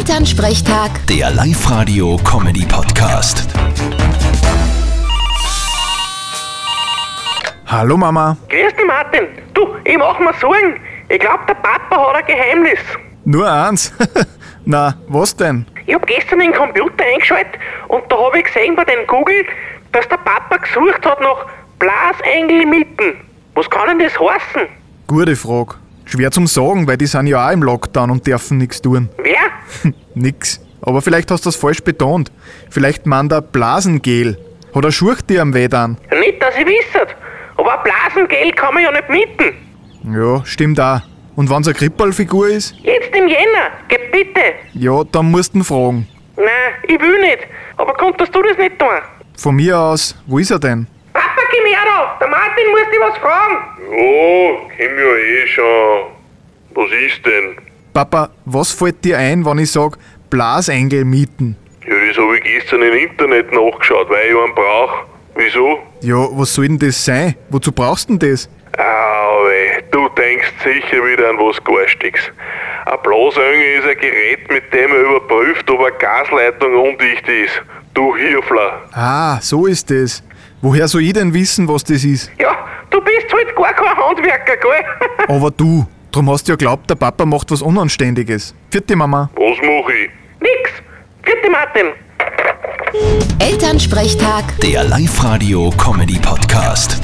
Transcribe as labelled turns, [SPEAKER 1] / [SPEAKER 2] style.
[SPEAKER 1] Elternsprechtag,
[SPEAKER 2] Der Live-Radio-Comedy-Podcast.
[SPEAKER 3] Hallo Mama.
[SPEAKER 4] Grüß dich, Martin. Du, ich mach mir Sorgen. Ich glaub, der Papa hat ein Geheimnis.
[SPEAKER 3] Nur eins. Na, was denn?
[SPEAKER 4] Ich hab gestern den Computer eingeschaltet und da hab ich gesehen bei den Google, dass der Papa gesucht hat nach Blasengel mitten. Was kann denn das heißen?
[SPEAKER 3] Gute Frage. Schwer zum Sagen, weil die sind ja auch im Lockdown und dürfen nichts tun.
[SPEAKER 4] Wer?
[SPEAKER 3] Nix. Aber vielleicht hast du das falsch betont. Vielleicht meint er Blasengel. Hat er Schurcht dir am Weh dann?
[SPEAKER 4] Nicht, dass ich wisset. Aber ein Blasengel kann man ja nicht mitten.
[SPEAKER 3] Ja, stimmt auch. Und wenn's eine Krippalfigur ist?
[SPEAKER 4] Jetzt im Jänner, geh bitte.
[SPEAKER 3] Ja, dann musst du ihn fragen.
[SPEAKER 4] Nein, ich will nicht. Aber konntest du das nicht tun?
[SPEAKER 3] Von mir aus, wo ist er denn?
[SPEAKER 4] Papa, gib her da! Der Martin muss dich was fragen.
[SPEAKER 5] Ja, komm ja eh schon. Was ist denn?
[SPEAKER 3] Papa, was fällt dir ein, wenn ich sag Blasengel mieten?
[SPEAKER 5] Ja, das habe ich gestern im Internet nachgeschaut, weil ich einen brauche. Wieso?
[SPEAKER 3] Ja, was soll denn das sein? Wozu brauchst du denn das?
[SPEAKER 5] Auwe, du denkst sicher wieder an was Garstiges. Ein Blasönger ist ein Gerät, mit dem er überprüft, ob eine Gasleitung undicht ist. Du Hirfler.
[SPEAKER 3] Ah, so ist das. Woher soll ich denn wissen, was das ist?
[SPEAKER 4] Ja, du bist halt gar kein Handwerker, gell?
[SPEAKER 3] Aber du, drum hast du ja glaubt, der Papa macht was Unanständiges. Vierte Mama.
[SPEAKER 5] Was mache ich?
[SPEAKER 4] Nix. Bitte, Martin.
[SPEAKER 1] Elternsprechtag.
[SPEAKER 2] Der Live-Radio-Comedy-Podcast.